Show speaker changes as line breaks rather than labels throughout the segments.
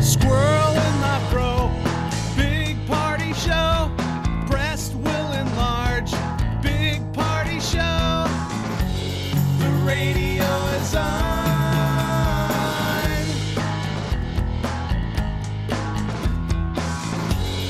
Squirrel in my bro, big party show. Breast will enlarge, big party show. The radio is on.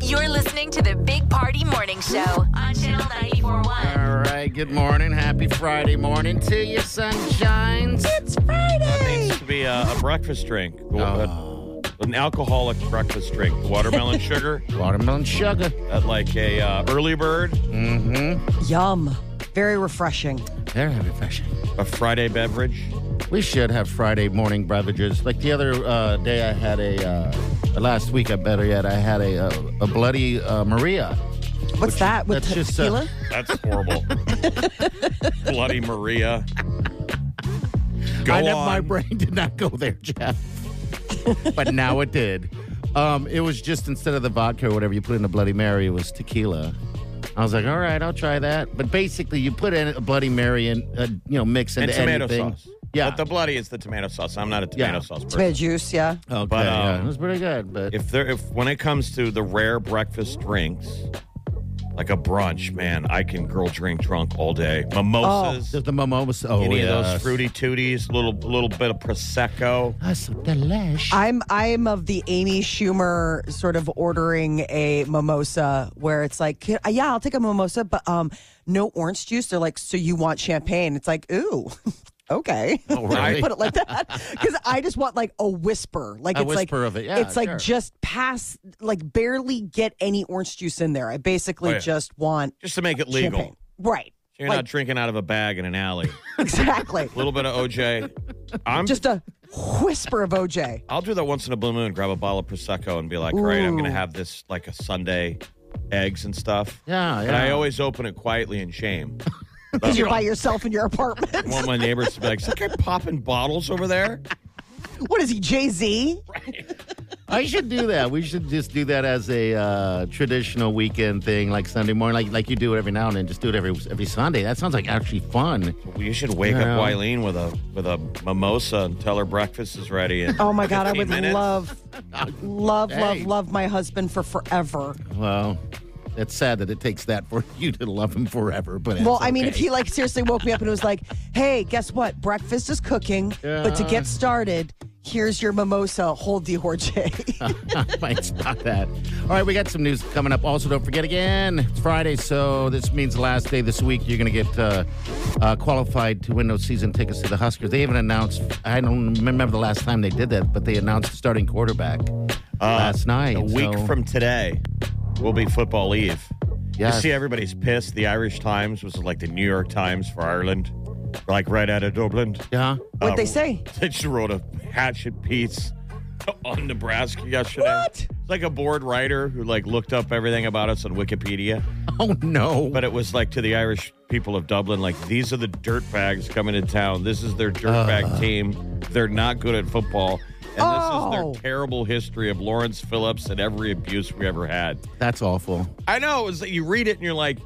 You're listening to the Big Party Morning Show on Channel 941.
All right, good morning. Happy Friday morning to you, sunshines. It's Friday.
It could be a, a breakfast drink, The
Oh.
wa- an alcoholic breakfast drink, the watermelon sugar
Watermelon sugar.
at like a uh, early bird,
Yum. Very refreshing.
Very refreshing.
a Friday beverage.
We should have Friday morning beverages. Like the other uh, day, I had a, uh, last week, I better yet, I had a, a, a Bloody uh, Maria.
What's that with
that's just, uh,
tequila?
That's horrible. Bloody Maria. Go
I
on.
know my brain did not go there, Jeff. but now it did. Um, it was just instead of the vodka or whatever you put in a Bloody Mary, it was tequila. I was like, all right, I'll try that. But basically, you put in a Bloody Mary and uh, you know mix
and
into
tomato
anything.
sauce.
Yeah.
But the bloody is the tomato sauce. I'm not a
Yeah.
tomato sauce person.
Tomato juice, yeah.
okay,
but,
yeah,
um,
it was pretty good. But
If there, if when it comes to the rare breakfast drinks, like a brunch, man, I can girl drink drunk all day. Mimosas,
the, the mimosa, oh
any of
yes.
those fruity tooties, little little bit of prosecco.
That's so delish.
I'm I'm of the Amy Schumer sort of ordering a mimosa where it's like, "Uh, yeah, I'll take a mimosa, but um, no orange juice. They're like, so you want champagne? It's like, ooh, okay.
Oh, really?
Put it like that because I just want like a whisper, like
A
it's like
whisper of it, yeah,
it's like
sure.
just pass, like barely get any orange juice in there. I basically
Oh, yeah.
just want
just to make it legal.
champagne, right?
So you're not drinking out of a bag in an alley.
Exactly.
A little bit of OJ. I'm just.
just a whisper of OJ.
I'll do that once in a blue moon. Grab a bottle of prosecco and be like, all right, I'm gonna
Ooh.
have this like a Sunday, eggs and stuff.
yeah, yeah.
But I always open it quietly in shame.
Because you're by yourself in your apartment.
I want my neighbors to be like, "Is that guy popping bottles over there?"
what is he, Jay Z?
I should do that. We should just do that as a uh, traditional weekend thing, like Sunday morning, like like you do it every now and then. Just do it every every Sunday. That sounds like actually fun.
You should wake
Yeah.
up Wileen with a with a mimosa and tell her breakfast is ready. And
Oh my God, I would
15 minutes.
love, love, love,
Hey.
love my husband for forever.
Well, it's sad that it takes that for you to love him forever. But
well,
it's
I mean, if
okay.
he like seriously woke me up and was like, hey, guess what? Breakfast is cooking, but to
Yeah.
get started, here's your mimosa. Hold the Jorge.
I might stop that. All right, we got some news coming up. Also, don't forget again, it's Friday, so this means the last day this week. You're going to get uh, uh, qualified to win those season tickets to the Huskers. They haven't announced. I don't remember the last time they did that, but they announced the starting quarterback last night.
Uh, A week
so-
from today will be football eve.
Yes.
You see, everybody's pissed. The Irish Times was like the New York Times for Ireland, like right out of Dublin.
Yeah.
What'd they say?
They just wrote a hatchet piece on Nebraska yesterday.
What?
It's like a bored writer who like looked up everything about us on Wikipedia,
Oh no.
but it was like to the Irish people of Dublin, like these are the dirtbags coming to town. This is their dirtbag
Uh.
team. They're not good at football. And this
Oh.
is their terrible history of Lawrence Phillips and every abuse we ever had.
That's awful.
I know. It was like you read it and you're like,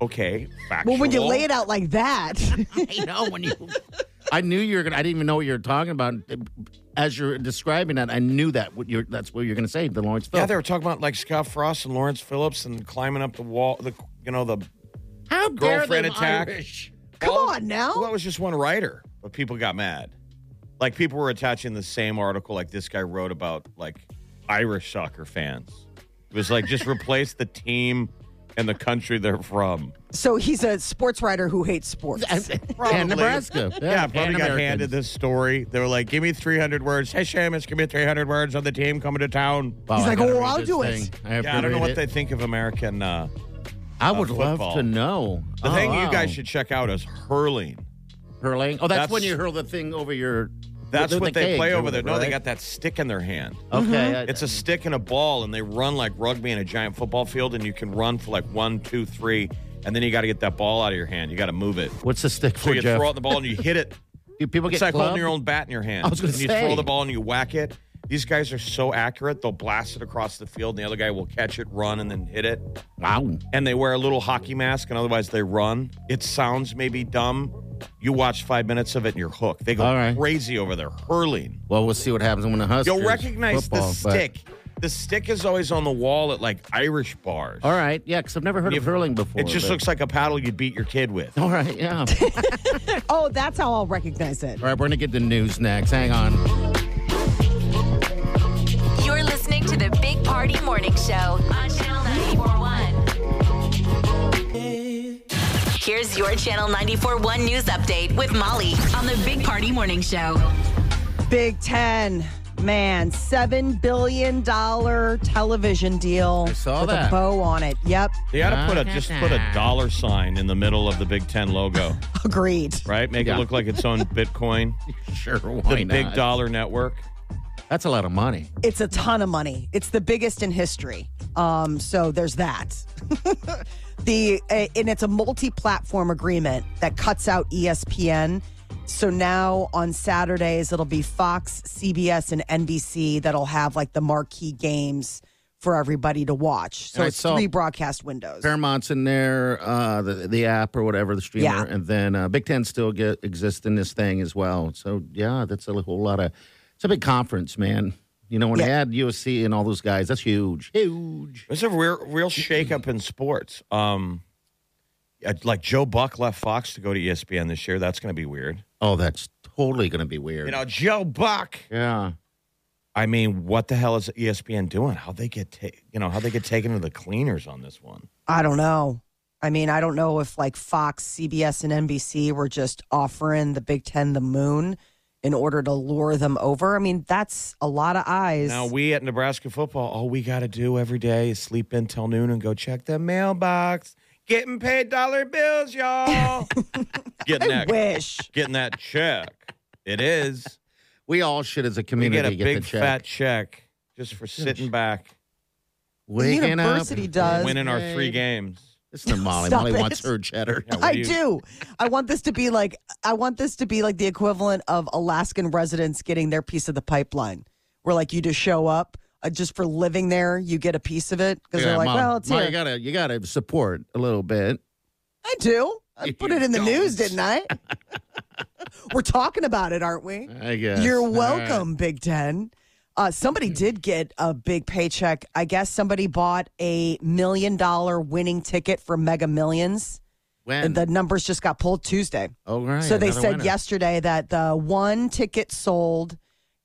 okay, factual.
Well, when you lay it out like that,
I know when you I knew you were gonna. I didn't even know what you were talking about. As you're describing that, I knew that what you're. That's what you're gonna say. The Lawrenceville.
Yeah, they were talking about like Scott Frost and Lawrence Phillips and climbing up the wall. The you know the
How dare
girlfriend
them
attack.
Irish?
Come
Well,
on now.
Well, it was just one writer, but people got mad. Like people were attaching the same article like this guy wrote about like Irish soccer fans. It was like just replace the team and the country they're from.
So he's a sports writer who hates sports.
And Nebraska.
Yeah, probably
and
got
Americans.
handed this story. They were like, "Give me 300 words." Hey, Seamus, give me 300 words on the team coming to town.
Wow,
He's
I
like,
gotta
"Oh,
read
I'll
this
do
thing.
it."
I, have
Yeah,
to
I don't know
read
what
it.
they think of American. Uh,
I would
uh,
love
football.
to know.
the
Oh,
thing you
wow.
guys should check out is hurling.
hurling. Oh, that's,
That's-
when you hurl the thing over your.
That's
the-
what
the
they
cage
play
or
over there.
whatever,
No, they
right?
got that stick in their hand.
Okay, I-
It's a stick and a ball, and they run like rugby in a giant football field, and you can run for like one, two, three, and then you got to get that ball out of your hand. You got to move it.
What's the stick
So
for,
you
Jeff?
throw out the ball and you hit it.
Do people
It's
get
like
clubbed?
holding your own bat in your hand.
I was gonna
and you
say.
throw the ball and you whack it. These guys are so accurate; they'll blast it across the field, and the other guy will catch it, run, and then hit it.
Wow.
And they wear a little hockey mask, and otherwise they run. It sounds maybe dumb. You watch five minutes of it, and you're hooked. They go
All right.
crazy over there, hurling.
Well, we'll see what happens when the Huskers.
You'll recognize
football,
the
but-
stick. The stick is always on the wall at like Irish bars.
All right, yeah, because I've never heard
You-
of hurling before.
It just
but-
looks like a paddle you'd beat your kid with.
All right, yeah. All
oh, that's how I'll recognize it.
right, we're gonna get the news next. Hang on.
You're listening to the Big Party Morning Show on Channel 941. Here's your Channel 941 news update with Molly on the Big Party Morning Show.
Big Ten, man, seven billion dollar television deal
I saw
with
that.
a bow on it. Yep,
They ought to put a just put a dollar sign in the middle of the Big Ten logo,
agreed.
right? Make
Yeah.
it look like its own Bitcoin,
Sure,
the
why not?
Big Dollar Network.
That's a lot of money.
It's a ton of money. It's the biggest in history. Um, so there's that. the uh, and it's a multi-platform agreement that cuts out E ESPN. So now on Saturdays it'll be Fox, CBS, and NBC that'll have like the marquee games for everybody to watch. So
And I
it's
saw-
three broadcast windows.
Paramount's in there, uh, the the app or whatever the streamer,
Yeah.
and then uh, Big Ten still get, exists in this thing as well. So yeah, that's a whole lot of. It's a big conference, man. You know, when they
Yeah.
add USC and all those guys, that's huge, huge.
There's a real real shakeup in sports. Um, uh, like Joe Buck left Fox to E go to ESPN this year. That's going to be weird.
Oh, that's totally gonna be weird.
You know, Joe Buck.
yeah.
I mean, what the hell is E ESPN doing? How they get ta- you know how they get taken to the cleaners on this one?
I don't know. I mean, I don't know if like Fox, CBS, and NBC were just offering the Big Ten the moon in order to lure them over. I mean, that's a lot of eyes.
Now we at Nebraska football, all we got to do every day is sleep in till noon and go check the mailbox, getting paid dollar bills, y'all. getting
I
that,
wish.
getting that check. It is.
We all should, as a
We
community, the
get a big
check.
fat check just for sitting back,
The
Waking
university
up.
does.
winning our three
paid.
games.
It's the Molly.
Stop
Molly
it.
wants her cheddar.
Yeah, what
I do. I want this to be like I want this to be like the equivalent of Alaskan residents getting their piece of the pipeline, where like you just show up uh, just for living there, you get a piece of it because
Yeah,
they're like,
Molly,
well, it's
Molly,
here.
you gotta you gotta support a little bit.
I do. I
You
put it in the
don't.
news, didn't I? We're talking about it, aren't we?
I guess
You're
All right. Hmm.
welcome, Big Ten. Uh, somebody did get a big paycheck. I guess somebody bought a million dollar winning ticket for Mega Millions,
When?
and the numbers just got pulled Tuesday.
oh, right.
so they
another
said
winner.
yesterday that the one ticket sold,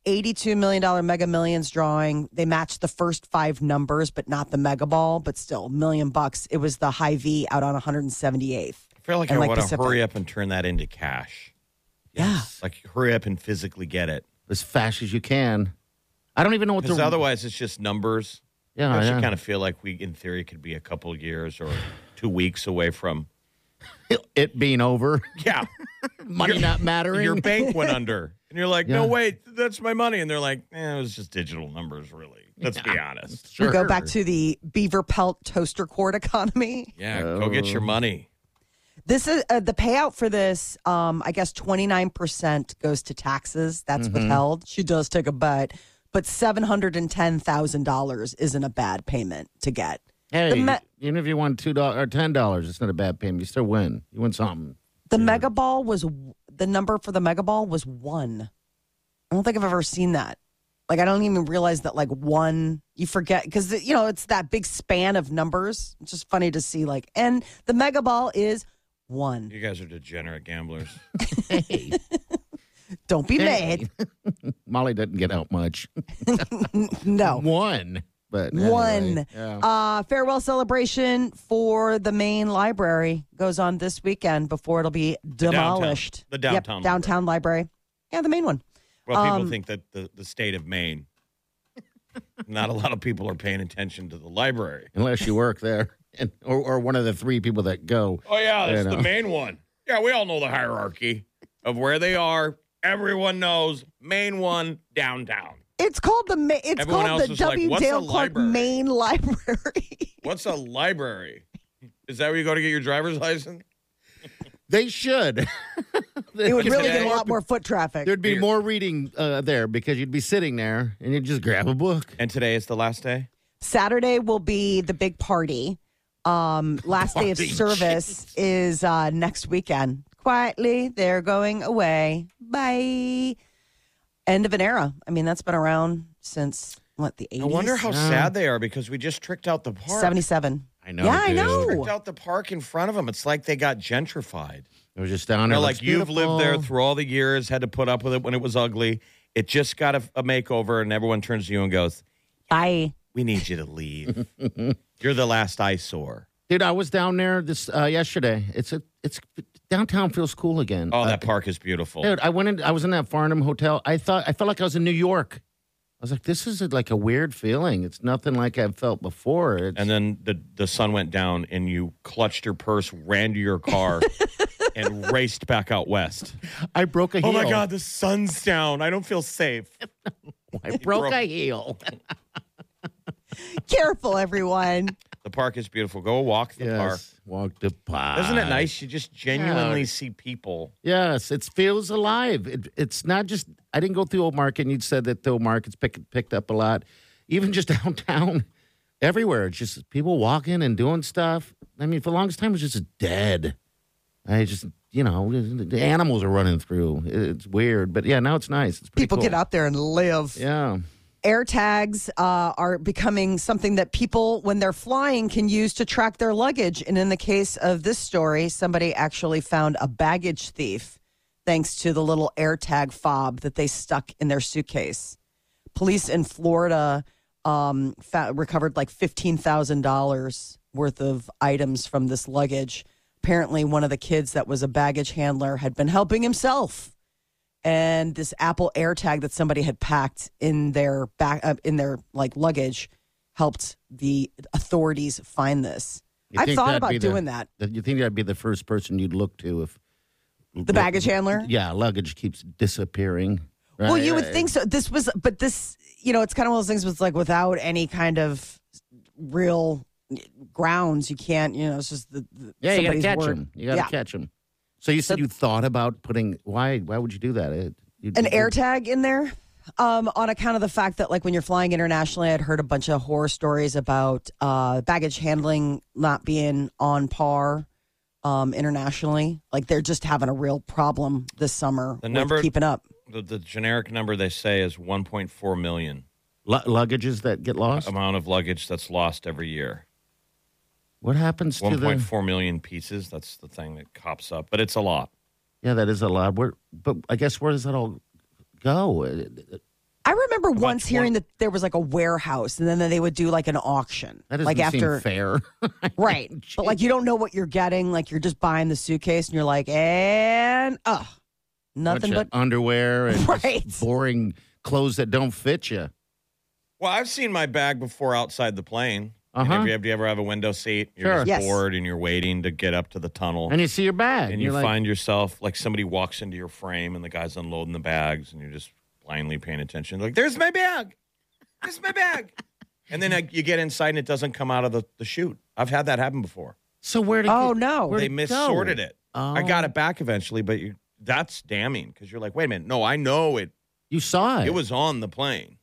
$82 million Mega Millions drawing, they matched the first five numbers, but not the Mega Ball, but still, million bucks. It was the high V out on 178th.
I feel like
And,
I
like,
want to
Pacific.
hurry up and turn that into cash.
Yeah.
Like hurry up and physically get it,
as fast as you can. I don't even know what
because
the
otherwise it's just numbers.
Yeah,
I actually
yeah.
kind of feel like we, in theory, could be a couple of years or two weeks away from.
it being over,
Yeah,
money not mattering.
your bank went under, and you're like, "No,
Yeah.
wait, that's my money," and they're like, eh, "It was just digital numbers, really." Let's be honest.
We go back to the beaver pelt toaster cord economy.
Yeah, go get
Oh.
your money.
This is uh, the payout for this. Um, I guess twenty nine percent goes to taxes. That's withheld. She does take a bite, but seven hundred and ten thousand dollars isn't a bad payment to get.
hey,
me-
even if you won two dollars or ten dollars, it's not a bad payment. You still win. You win something.
The mega ball was the number for the mega ball was one. I don't think I've ever seen that. Like I don't even realize that like one you forget because you know it's that big span of numbers. It's just funny to see like and the mega ball is one.
You guys are degenerate gamblers.
Hey,
Don't be
hey. Molly doesn't get out much.
mad. No.
One, but anyway,
Oh. One
yeah.
uh, farewell celebration for the main library goes on this weekend before it'll be
downtown-
demolished.
the
Yep,
downtown
downtown library. Yeah, the main one.
Well, people
Um,
think that the, the state of Maine, not a lot of people are paying attention to the library.
unless you work there, and or, or one of the three people that go.
Oh, yeah,
You
that's the
know.
main one. Yeah, we all know the hierarchy of where they are. Everyone knows main one downtown.
It's called the Ma- it's
Everyone
called
else
the
is like,
W.
"What's
Dale
a
Clark
library?"
Main Library.
What's a library? Is that where you go to get your driver's license?
They should.
it would really get
today.
a lot more foot traffic.
There'd be more reading uh, there because you'd be sitting there and you'd just grab a book.
And today is the last day?
Saturday will be the big party. Um, last day of
Party,
service is uh, next weekend. Quietly, they're going away. Bye. End of an era. I mean, that's been around since what the
I
eighties.
wonder how
Yeah.
sad they are because we just tricked out the park.
seventy-seven.
I know.
Yeah, I
dude.
know.
Tricked out the park in front of them. It's like they got gentrified.
It was just down
You
there.
know,
Looks
like you've lived there
beautiful.
through all the years, had to put up with it when it was ugly. It just got a, a makeover, and everyone turns to you and goes,
Bye.
"We need you to leave. You're the last eyesore."
dude. I was down there this uh, yesterday. It's a it's downtown feels cool again.
Oh,
Uh,
that park is beautiful.
Dude, I went in. I was in that Farnham hotel. I thought I felt like I was in New York. I was like, this is like a weird feeling. It's nothing like I've felt before. It's,
And then the the sun went down, and you clutched your purse, ran to your car, and raced back out west.
I broke a heel.
Oh my God, the sun's down. I don't feel safe.
I broke
broke-
a heel.
Careful, everyone.
The park is beautiful. Go walk the park.
Yes, walked the park.
Isn't it nice? You just genuinely see people.
Yes, it feels alive. It, it's not just. I didn't go through Old Market, and you said that the Old Market's pick, picked up a lot, even just downtown, everywhere. It's just people walking and doing stuff. I mean, for the longest time, it was just dead. I just, you know, the animals are running through. It's weird, but yeah, now it's nice. It's pretty
People
cool.
get out there and live.
Yeah,
air tags uh, are becoming something that people, when they're flying, can use to track their luggage. And in the case of this story, somebody actually found a baggage thief thanks to the little air tag fob that they stuck in their suitcase. Police in Florida um, fa- recovered like $15,000 worth of items from this luggage. Apparently, one of the kids that was a baggage handler had been helping himself and this Apple AirTag that somebody had packed in their back uh, in their like luggage helped the authorities find this.
You
I've
think
thought
that'd
about
be the-
doing that.
That- you think that'd be the first person you'd look to if
The baggage handler.
Yeah, luggage keeps disappearing.
well,
right?
you would think so. This was, but this, you know, it's kind of one of those things. Was like without any kind of real grounds, you can't. You know, it's just the, the
Yeah, you gotta
somebody's
catch
word.
him. You gotta
Yeah.
catch him. So you said you thought about putting why? Why would you do that? It, you,
an
you-
air tag in there um, on account of the fact that like when you're flying internationally i'd heard a bunch of horror stories about uh, baggage handling not being on par um, internationally like they're just having a real problem this summer
The
with
number-
keeping up
The, the generic number they say is 1.4 million
lu- luggages that
Uh,
get lost.
amount of luggage that's lost every year.
What happens to the?
1.4 million pieces. That's the thing that cops up, but it's a lot.
Yeah, that is a lot. Where, but I guess where does that all go? It- it-
i remember once
20
hearing that there was like a warehouse and then they would do like an auction
That doesn't
like
seem
after
fair.
right but like you don't know what you're getting like you're just buying the suitcase and you're like and uh nothing
Bunch
but
of underwear and just
Right.
boring clothes that don't fit you.
Well, I've seen my bag before outside the plane. And
Uh-huh.
if you, have, do you ever have a window seat? You're
Sure.
just
Yes.
bored and you're waiting to get up to the tunnel.
And you see your bag,
and
you're
you
like,
find yourself like somebody walks into your frame and the guy's unloading the bags and you're just blindly paying attention like there's my bag there's my bag and then like, you get inside and it doesn't come out of the, the chute i've had that happen before
so where did?
oh
it-
no
Where'd
they
it go?
missorted it i got it back eventually but you, that's damning because you're like wait a minute no i know it
You saw it.
it was on the plane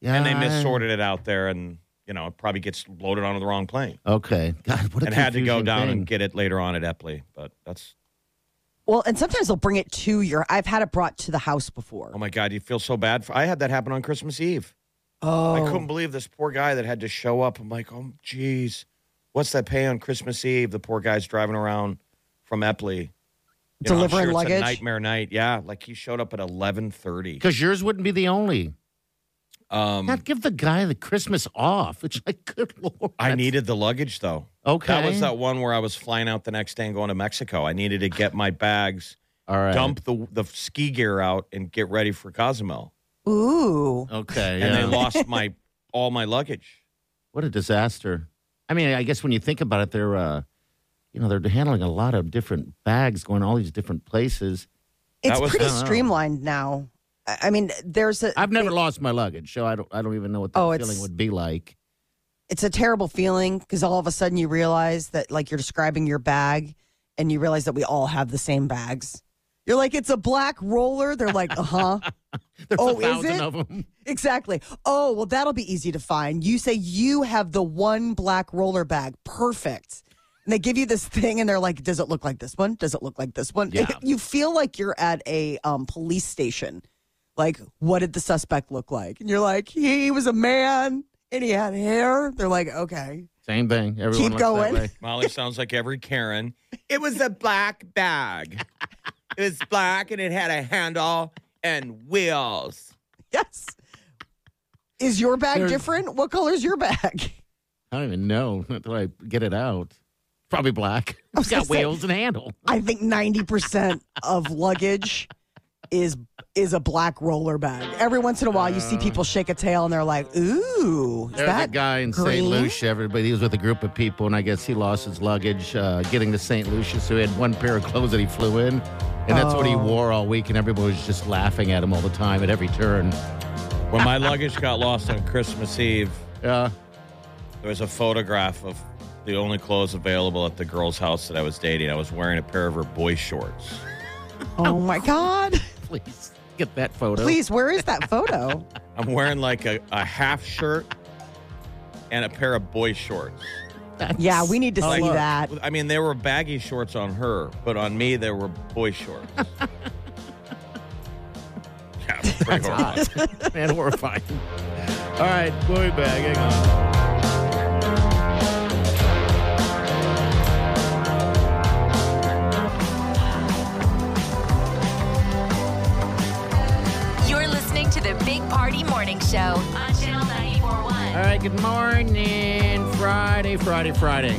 yeah,
and they
I-
missorted it out there and you know it probably gets loaded onto the wrong plane
Okay, God, what a
and had to go
confusing
down
thing.
and get it later on at epley but that's
Well, and sometimes they'll bring it to your. I've had it brought to the house before.
Oh my God, you feel so bad. For, I had that happen on Christmas Eve.
Oh,
I couldn't believe this poor guy that had to show up. I'm like, oh, geez, what's that pay on Christmas Eve? The poor guy's driving around from Epley. You know, I'm
Delivering
sure it's a
luggage?
nightmare night. Yeah, like he showed up at 11:30.
Because yours wouldn't be the only.
Um,
Not give the guy the Christmas off. It's like, good lord.
I needed the luggage though.
Okay.
That was that one where I was flying out the next day and going to Mexico. I needed to get my bags,
All right.
dump the the ski gear out, and get ready for Cozumel.
Oh, ooh.
Okay.
And
yeah.
they lost my all my luggage.
What a disaster. I mean, I guess when you think about it, they're, uh, you know, they're handling a lot of different bags going all these different places.
It's
That was-
pretty
I don't know.
streamlined now. I I mean, there's a.
I've never lost my luggage, so I don't, I don't even know what that
Oh, it's-
feeling would be like.
It's a terrible feeling because all of a sudden you realize that, like, you're describing your bag, and you realize that we all have the same bags. You're like, it's a black roller. They're like, uh huh.
There's
Oh,
a
is
thousand
it?
of them.
Exactly. Oh, well, that'll be easy to find. You say you have the one black roller bag. Perfect. And they give you this thing, and they're like, "Does it look like this one? Does it look like this one?"
Yeah.
You feel like you're at a um, police station. Like, what did the suspect look like? And you're like, "He was a man, and he had hair." They're like, "Okay."
Same thing. Everyone
Keep
looks that
going.
way.
Molly sounds like every Karen. It was a black bag. It was black and it had a handle and wheels.
Yes. Is your bag
They're-
different? What color is your bag?
I don't even know until I get it out. Probably black.
was
It's got
gonna say-
wheels and handle.
I think ninety percent of luggage is is a black roller bag. Every once in a while, you see people shake a tail and they're like, "Ooh, is
Uh. There's
that
a guy in St.
green?"
Lucia. Everybody, he was with a group of people, and I guess he lost his luggage uh, getting to St. Lucia. So he had one pair of clothes that he flew in, and that's what he
Oh.
wore all week. And everybody was just laughing at him all the time at every turn.
When my luggage got lost on Christmas Eve,
Uh,
there was a photograph of the only clothes available at the girl's house that I was dating. I was wearing a pair of her boy shorts.
Oh my god!
please get that photo.
Please, where is that photo?
I'm wearing like a, a half shirt and a pair of boy shorts.
That's-
yeah, we need to
Like-
see that.
I mean, there were baggy shorts on her, but on me, there were boy shorts. yeah, it was pretty horrible.
hot. Man, horrifying. All right, we'll be back. Hang on.
You're listening to the Big Party Morning Show on Channel 941.
All right, good morning. Friday, Friday, Friday.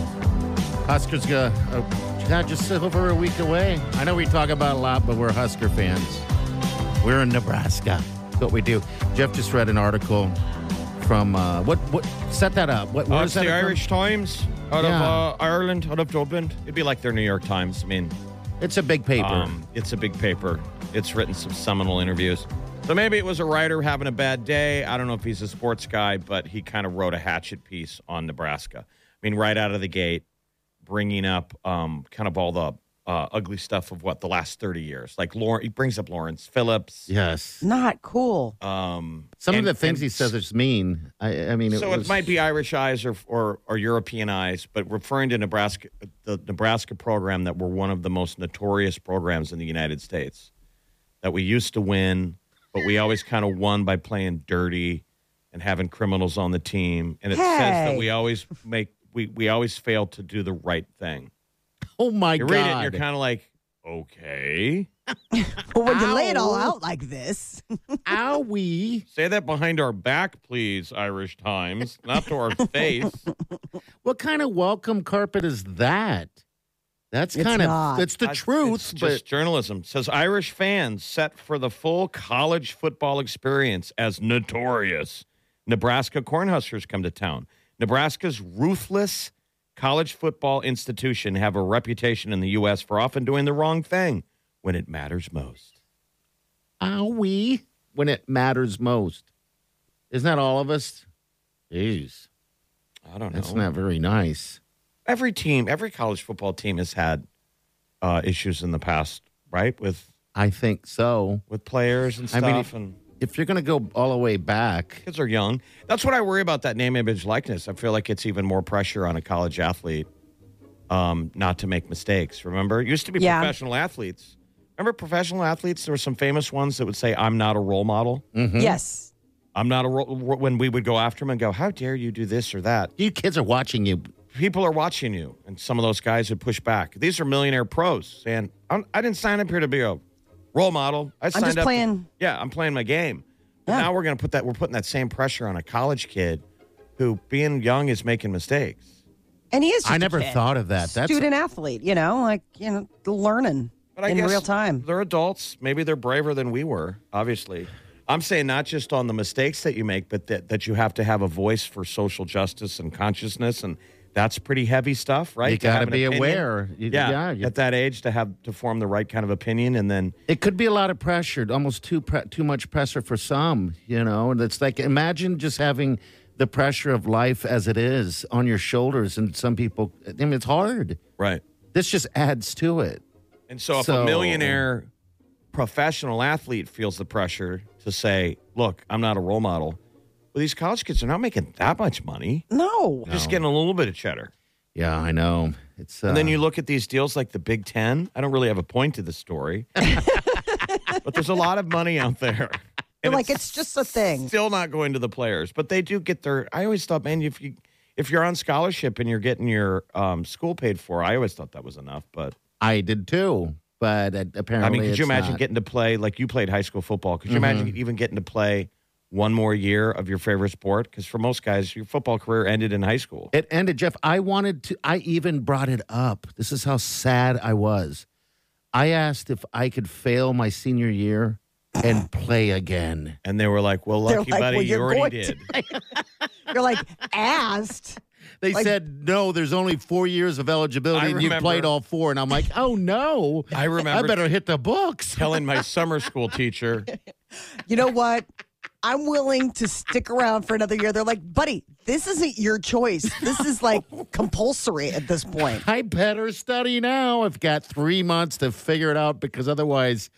Huskers go, uh, God, just over a week away. I know we talk about it a lot, but we're Husker fans. We're in Nebraska. That's what we do. Jeff just read an article from, uh, what, what, set that up. What,
Uh,
where's
it's
that
the
from?
Irish Times out
Yeah.
of uh, Ireland, out of Dublin. It'd be like their New York Times. I mean,
It's a big paper.
Um, it's a big paper. It's written some seminal interviews. So maybe it was a writer having a bad day. I don't know if he's a sports guy, but he kind of wrote a hatchet piece on Nebraska. I mean, right out of the gate, bringing up um, kind of all the uh, ugly stuff of what the last thirty years. Like Lauren, he brings up Lawrence Phillips.
yes.
Not cool.
Um,
Some
and-
of the things
and
he says is mean. I, I mean, it
so
was,
it might be Irish eyes or, or or European eyes, but referring to Nebraska, the Nebraska program that were one of the most notorious programs in the United States, that we used to win, but we always kind of won by playing dirty and having criminals on the team, and it says that
Hey.
we always make we we always fail to do the right thing.
Oh my
You
God.
read it, and you're kind of like, okay,
But when you lay it all
Ow.
out like this,
Owie.
say that behind our back, please, Irish Times, not to our face.
What kind of welcome carpet is that? That's
It's
kind of
not.
that's the
I-
truth,
It's
but
just journalism says Irish fans set for the full college football experience as notorious. Nebraska Cornhuskers come to town. Nebraska's ruthless college football institution have a reputation in the U.S. for often doing the wrong thing when it matters most.
are we when it matters most? Isn't that all of us? Jeez,
I don't know.
that's not very nice.
every team, every college football team has had uh, issues in the past, right? With
I think so.
with players and
I
stuff.
mean,
and
If you're going to go all the way back,
kids are young. That's what I worry about that name, image, likeness. I feel like it's even more pressure on a college athlete um, not to make mistakes. Remember, it used to be
Yeah.
professional athletes Remember professional athletes? There were some famous ones that would say, I'm not a role model.
Mm-hmm.
Yes.
I'm not a role. When we would go after them and go, How dare you do this or that?
You kids are watching you.
People are watching you. And some of those guys would push back. These are millionaire pros saying, I'm, I didn't sign up here to be a role model. I signed
just
up.
playing-
yeah, I'm playing my game.
Yeah.
Now we're going to put that, we're putting that same pressure on a college kid who, being young, is making mistakes.
And he is just
I
a
never
kid.
thought of that. That's
student athlete, you know, like, you know, learning
But I
in
guess
real time.
They're adults. Maybe they're braver than we were, obviously. I'm saying not just on the mistakes that you make, but that, that you have to have a voice for social justice and consciousness. And that's pretty heavy stuff, right?
You
To have
gotta
an
be
opinion.
aware. You-
yeah.
yeah, you-
At that age, to have to form the right kind of opinion. And then
It could be a lot of pressure, almost too pre- too much pressure for some, you know. And it's like imagine just having the pressure of life as it is on your shoulders, and some people, I mean, it's hard.
Right.
This just adds to it.
And so if
So- um,
a millionaire professional athlete feels the pressure to say, look, I'm not a role model. Well, these college kids are not making that much money.
No.
Just getting a little bit of cheddar.
Yeah, I know. It's uh,
And then you look at these deals like the Big Ten. I don't really have a point to this story, but there's a lot of money out there.
They're like, it's just a thing.
Still not going to the players, but they do get their. I always thought, man, if you if you're on scholarship and you're getting your um, school paid for, I always thought that was enough. But
I did too, but uh, apparently,
I mean, could
it's
you imagine
not. Mm-hmm.
getting to play like you played high school football? Could you imagine even getting to play one more year of your favorite sport? Because for most guys, your football career ended in high school.
It ended, Jeff. I wanted to, I even brought it up. This is how sad I was. I asked if I could fail my senior year and play again.
And they were like, "Well,
They're
lucky
like,
buddy,
well,
you
you're
already
going to-
did."
You're like, asked.
They
Like-
said, no, there's only four years of eligibility,
I
and you
remember-
played all four. And I'm like, oh no.
I remember-
I better hit the books.
Telling my summer school teacher,
You know what? I'm willing to stick around for another year. They're like, buddy, this isn't your choice. This is like compulsory at this point.
I better study now. I've got three months to figure it out because otherwise,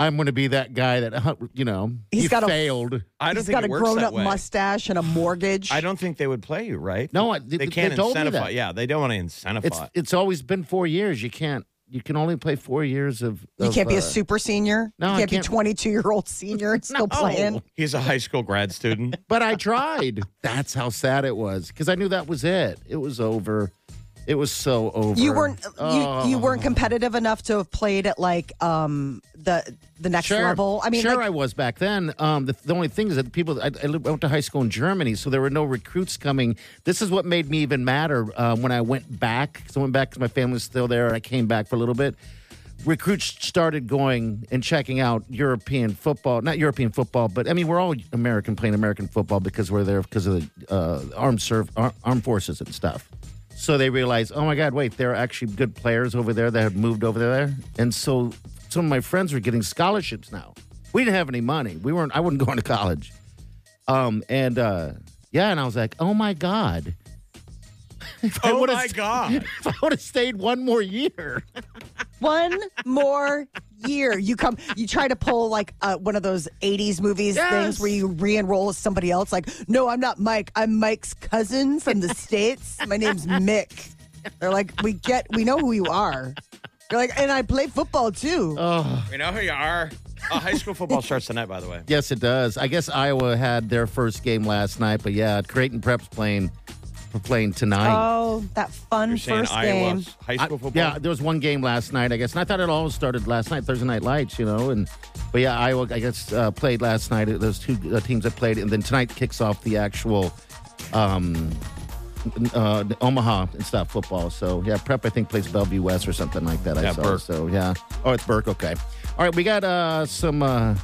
I'm going to be that guy that, uh, you know,
He's
you
got a-
failed.
I don't
He's
think
got
it
a
works
grown
that
up
way.
mustache and a mortgage.
I don't think they would play you, right?
No, I-
they,
they-
can't
they told me
incentivize.
that.
Yeah, they don't want to incentivize.
it's it's always been four years. You can't. You can only play four years of.
you
of,
can't be
uh,
a super senior.
no,
you
I
can't,
can't-
be 22 year old senior and still playing.
Oh, He's a high school grad student.
But I tried. That's how sad it was because I knew that was it. It was over. It was so over.
You weren't uh, you, you
Oh.
weren't competitive enough to have played at like um the the next
Sure.
level. I mean,
sure,
like,
I was back then. Um, the, the only thing is that the people, I, I lived- I went to high school in Germany, so there were no recruits coming. This is what made me even madder um, when I went back, because I went back because my family was still there, and I came back for a little bit. Recruits started going and checking out European football, not European football, but I mean, we're all American playing American football because we're there because of the uh, armed, serv- ar- armed forces and stuff. So they realized, oh my God, wait, there are actually good players over there that had moved over there. And so some of my friends were getting scholarships now. We didn't have any money. We weren't, I wasn't going to college. Um, and uh, yeah, and I was like, oh my God. If I
oh
would've
my
st-
god!
If I would have stayed one more year,
one more year. You come, you try to pull like uh, one of those 80s movies
Yes.
things where you re enroll as somebody else. Like, no, I'm not Mike. I'm Mike's cousin from the States. My name's Mick. They're like, we get, we know who you are. You're like, and I play football too.
We know who you are. Uh, high school football starts tonight, by the way.
yes, it does. I guess Iowa had their first game last night, but yeah, Creighton Prep's playing playing tonight.
oh, that fun
You're saying
first game.
Iowa's high
I-
school football.
yeah, there was one game last night, I guess, and I thought it all started last night, Thursday Night Lights, you know, and but yeah, Iowa, I guess, uh, played last night. Those two uh, teams that played, and then tonight kicks off the actual um, uh, Omaha and stuff football. So yeah, Prep I think plays Bellevue West or something like that. I
Yeah,
saw.
Burke.
So yeah, oh it's Burke. Okay, all right, we got uh, some. Uh,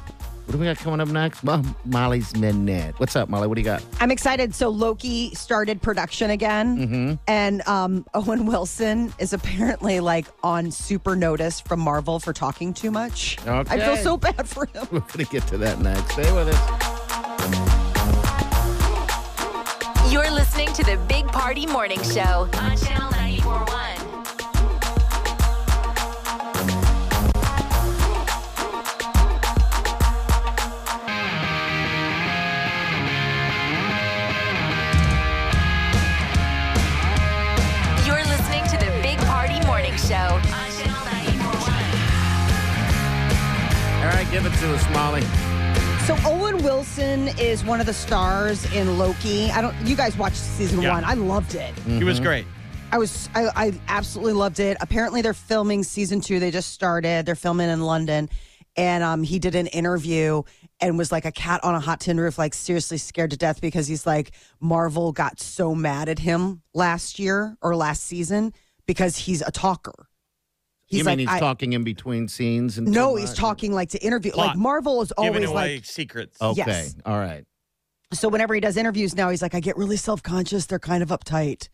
what do we got coming up next? Mo- Molly's Minute. What's up, Molly? What do you got?
I'm excited. So Loki started production again,
Mm-hmm.
and um, Owen Wilson is apparently like on super notice from Marvel for talking too much. I feel
Okay.
so bad for him.
We're gonna get to that next. Stay with us.
You're listening to the Big Party Morning Show on Channel 941. You're listening to the Big Party Morning Show on Channel 941.
to us, Molly.
So Owen Wilson is one of the stars in Loki. I don't. You guys watched season
Yeah.
one. I loved it.
He was great.
I was. I, I absolutely loved it. Apparently, they're filming season two. They just started. They're filming in London, and um, he did an interview and was like a cat on a hot tin roof, like seriously scared to death because he's like Marvel got so mad at him last year or last season because he's a talker. He's
you mean
like,
he's
I-
talking in between scenes and
no,
too
he's
much?
talking like to interview. Like
Plot.
Marvel is
Giving
always
away
like
secrets.
Okay,
Yes.
all right.
so whenever he does interviews now, he's like, I get really self conscious. They're kind of uptight.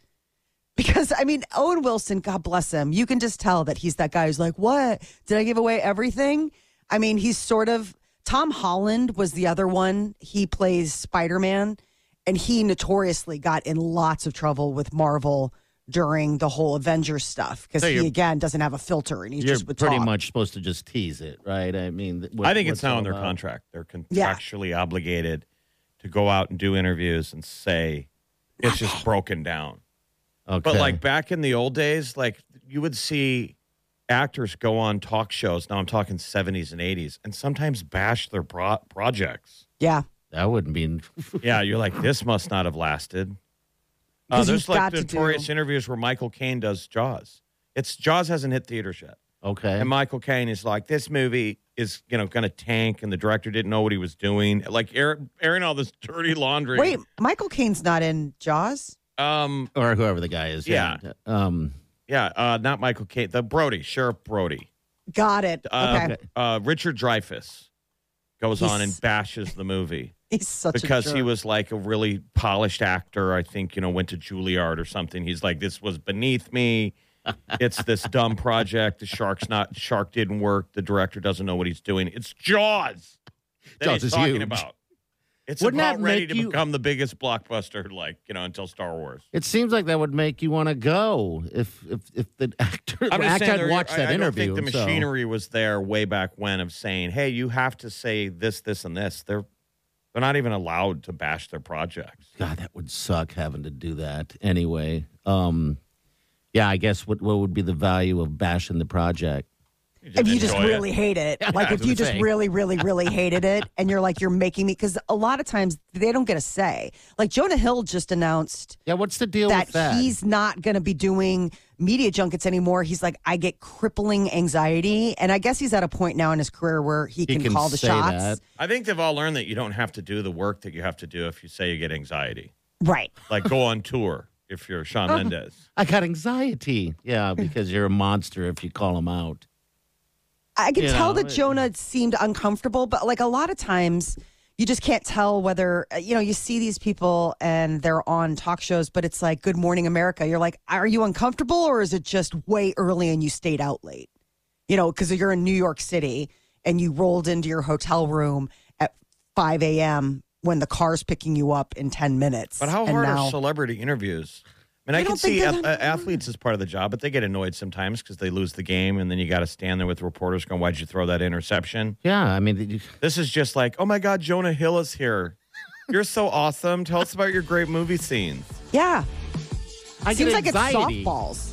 Because, I mean, Owen Wilson, God bless him, you can just tell that he's that guy who's like, What? Did I give away everything? I mean, he's sort of. Tom Holland was the other one. He plays Spider Man, and he notoriously got in lots of trouble with Marvel during the whole Avengers stuff because
So
he,
you're-
again, doesn't have a filter and he
You're
just would
pretty
talk.
much supposed to just tease it, right? I mean, th- what-
I think it's
what's
now
all
in their
about-
contract. They're
Yeah.
contractually obligated to go out and do interviews and say it's just broken down.
Okay.
But like back in the old days, like you would see actors go on talk shows. Now I'm talking 70s and 80s, and sometimes bash their pro- projects.
Yeah.
that wouldn't be.
Yeah, you're like this must not have lasted. Uh,
'Cause
there's
you've
like
got to
notorious
do-
interviews where Michael Caine does Jaws. It's Jaws hasn't hit theaters yet.
Okay.
And Michael Caine is like, this movie is, you know, going to tank, and the director didn't know what he was doing. Like, air, airing all this dirty laundry.
Wait, Michael Caine's not in Jaws?
Um,
or whoever the guy is.
Yeah.
Um,
yeah, uh, not Michael Caine. The Brody, Sheriff Brody.
Got it.
Uh,
okay.
Uh, Richard Dreyfuss goes on and
He's-
bashes the movie
He's such a
because
jerk.
he was like a really polished actor. I think, you know, went to Juilliard or something. He's like, this was beneath me. it's this dumb project. The shark's not, shark didn't work. The director doesn't know what he's doing. It's Jaws. that
Jaws
he's
is
talking
huge.
about. It's
Wouldn't
about
that
ready
make
to
you-
become the biggest blockbuster, like you know, until Star Wars.
It seems like that would make you want to go if if if the actor the
just
actor
saying
had
there-
watched
I-
that
I don't
interview.
think the
so-
machinery was there way back when of saying, "Hey, you have to say this, this, and this." They're they're not even allowed to bash their projects.
God, that would suck having to do that anyway. Um, yeah, I guess what what would be the value of bashing the project?
if you just
enjoy it.
really hate it, like
that's
if
what
you
I'm
just
saying.
really, really, really hated it, and you're like, you're making me, because a lot of times they don't get a say. Like Jonah Hill just announced
Yeah, what's the deal
that,
with that?
he's not going to be doing media junkets anymore. He's like, I get crippling anxiety, and I guess he's at a point now in his career where he,
He
can,
can
call the
say
shots.
that.
I think they've all learned that you don't have to do the work that you have to do if you say you get anxiety.
Right?
Like go on tour if you're Sean
Oh.
Mendes.
I got anxiety. Yeah, because you're a monster if you call him out.
I can
You
tell
know,
that
it-
Jonah seemed uncomfortable, but like a lot of times, you just can't tell whether uh, you know. You see these people and they're on talk shows, but it's like Good Morning America. You're like, are you uncomfortable or is it just way early and you stayed out late? You know, because you're in New York City and you rolled into your hotel room at 5 a.m. when the car's picking you up in 10 minutes.
But how
And
hard
now-
are celebrity interviews? I mean, I,
I
can
don't think
see
they're
ath-
that
uh, athletes as part of the job, but they get annoyed sometimes because they lose the game, and then you got to stand there with reporters going, "Why'd you throw that interception?"
Yeah, I mean, you-
This is just like, "Oh my God, Jonah Hill is here. You're so awesome. Tell us about your great movie scenes."
Yeah.
I
Seems
get
like it's
anxiety.
softballs.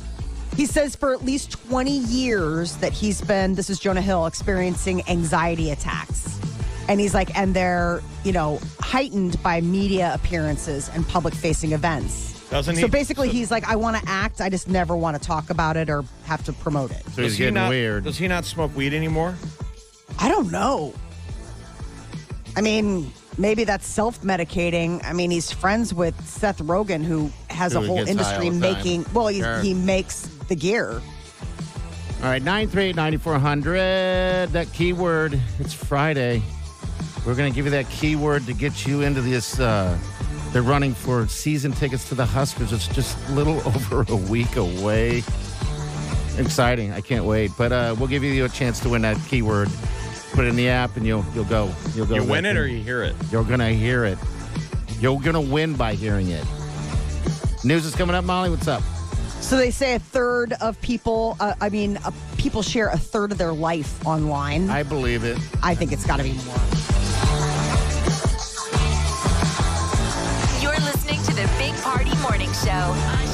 He says for at least 20 years that he's been, this is Jonah Hill, experiencing anxiety attacks. And he's like, and they're, you know, heightened by media appearances and public facing events.
Doesn't
so
he?
basically,
so-
he's like, I want to act. I just never want to talk about it or have to promote it.
So he's
does he
getting
not-
weird.
Does he not smoke weed anymore?
I don't know. I mean, maybe that's self medicating. I mean, he's friends with Seth Rogen, who has
Who
a whole
gets high all
industry
the time.
making, well, he's,
Sure.
he makes the gear.
All right, 938 9400. That keyword, it's Friday. We're going to give you that keyword to get you into this. Uh, they're running for season tickets to the Huskers. It's just a little over a week away. Exciting. I can't wait. But uh, we'll give you a chance to win that keyword. Put it in the app and you'll you'll go. You'll go.
You
there.
win it or you hear it.
You're going to hear it. You're going to win by hearing it. News is coming up, Molly. What's up?
So they say a third of people, uh, I mean, uh, people share a third of their life online. I,
I believe it.
think it's got to be more.
You're listening to the Big Party Morning Show on